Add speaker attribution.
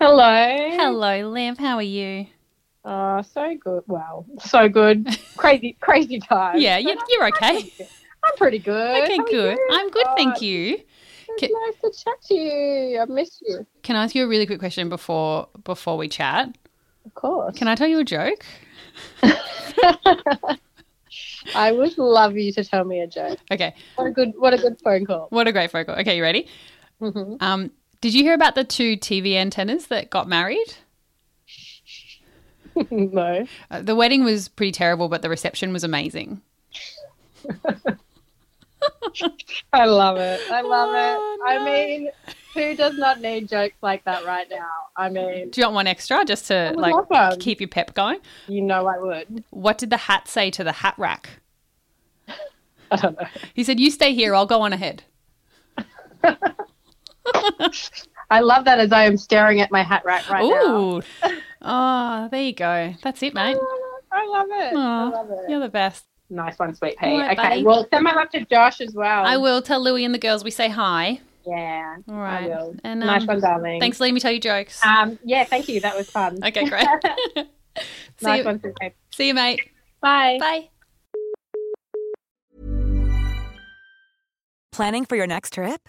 Speaker 1: Hello.
Speaker 2: Hello, Liam. How are you?
Speaker 1: Oh, so good. Wow, so good. Crazy, crazy time.
Speaker 2: Yeah,
Speaker 1: But
Speaker 2: you're,
Speaker 1: I'm-
Speaker 2: you're
Speaker 1: I'm
Speaker 2: okay.
Speaker 1: pretty good. I'm pretty good.
Speaker 2: Okay,
Speaker 1: How are
Speaker 2: good.
Speaker 1: you?
Speaker 2: I'm good,
Speaker 1: Oh,
Speaker 2: thank you.
Speaker 1: It's
Speaker 2: Ca-
Speaker 1: nice to chat to you. I miss you.
Speaker 2: Can I ask you a really quick question before before we chat?
Speaker 1: Of course.
Speaker 2: Can I tell you a joke?
Speaker 1: I would love you to tell me a joke.
Speaker 2: Okay.
Speaker 1: What a good, what a good phone call.
Speaker 2: What a great phone call. Okay, you ready?
Speaker 1: hmm
Speaker 2: Um, did you hear about the two TV antennas that got married?
Speaker 1: no.
Speaker 2: Uh, the wedding was pretty terrible, but the reception was amazing.
Speaker 1: I love it. I love it.
Speaker 2: Oh,
Speaker 1: I
Speaker 2: no.
Speaker 1: mean, who does not need jokes like that right now? I mean,
Speaker 2: Do you want one extra just to
Speaker 1: would
Speaker 2: like
Speaker 1: love one.
Speaker 2: keep your pep going?
Speaker 1: you know I would.
Speaker 2: What did the hat say to the hat rack?
Speaker 1: I don't know.
Speaker 2: He said, "You stay here. I'll go on ahead."
Speaker 1: I love that as I am staring at my hat rack right now.
Speaker 2: Ooh. oh, there you go. That's it, mate.
Speaker 1: I love it. I
Speaker 2: Aw,
Speaker 1: love it.
Speaker 2: You're the best.
Speaker 1: Nice one, sweet pea.
Speaker 2: All right,
Speaker 1: okay,
Speaker 2: buddy.
Speaker 1: well, send my love to Josh as well.
Speaker 2: I will tell Louie and the girls we say hi.
Speaker 1: Yeah,
Speaker 2: All right.
Speaker 1: Oh. I will.
Speaker 2: And um,
Speaker 1: nice one, darling.
Speaker 2: thanks for letting me tell you jokes.
Speaker 1: Um, yeah, thank you. That was fun.
Speaker 2: okay, great. see,
Speaker 1: nice
Speaker 2: you,
Speaker 1: one, sweet pea.
Speaker 2: see you, mate.
Speaker 1: Bye.
Speaker 2: Bye.
Speaker 3: Planning for your next trip?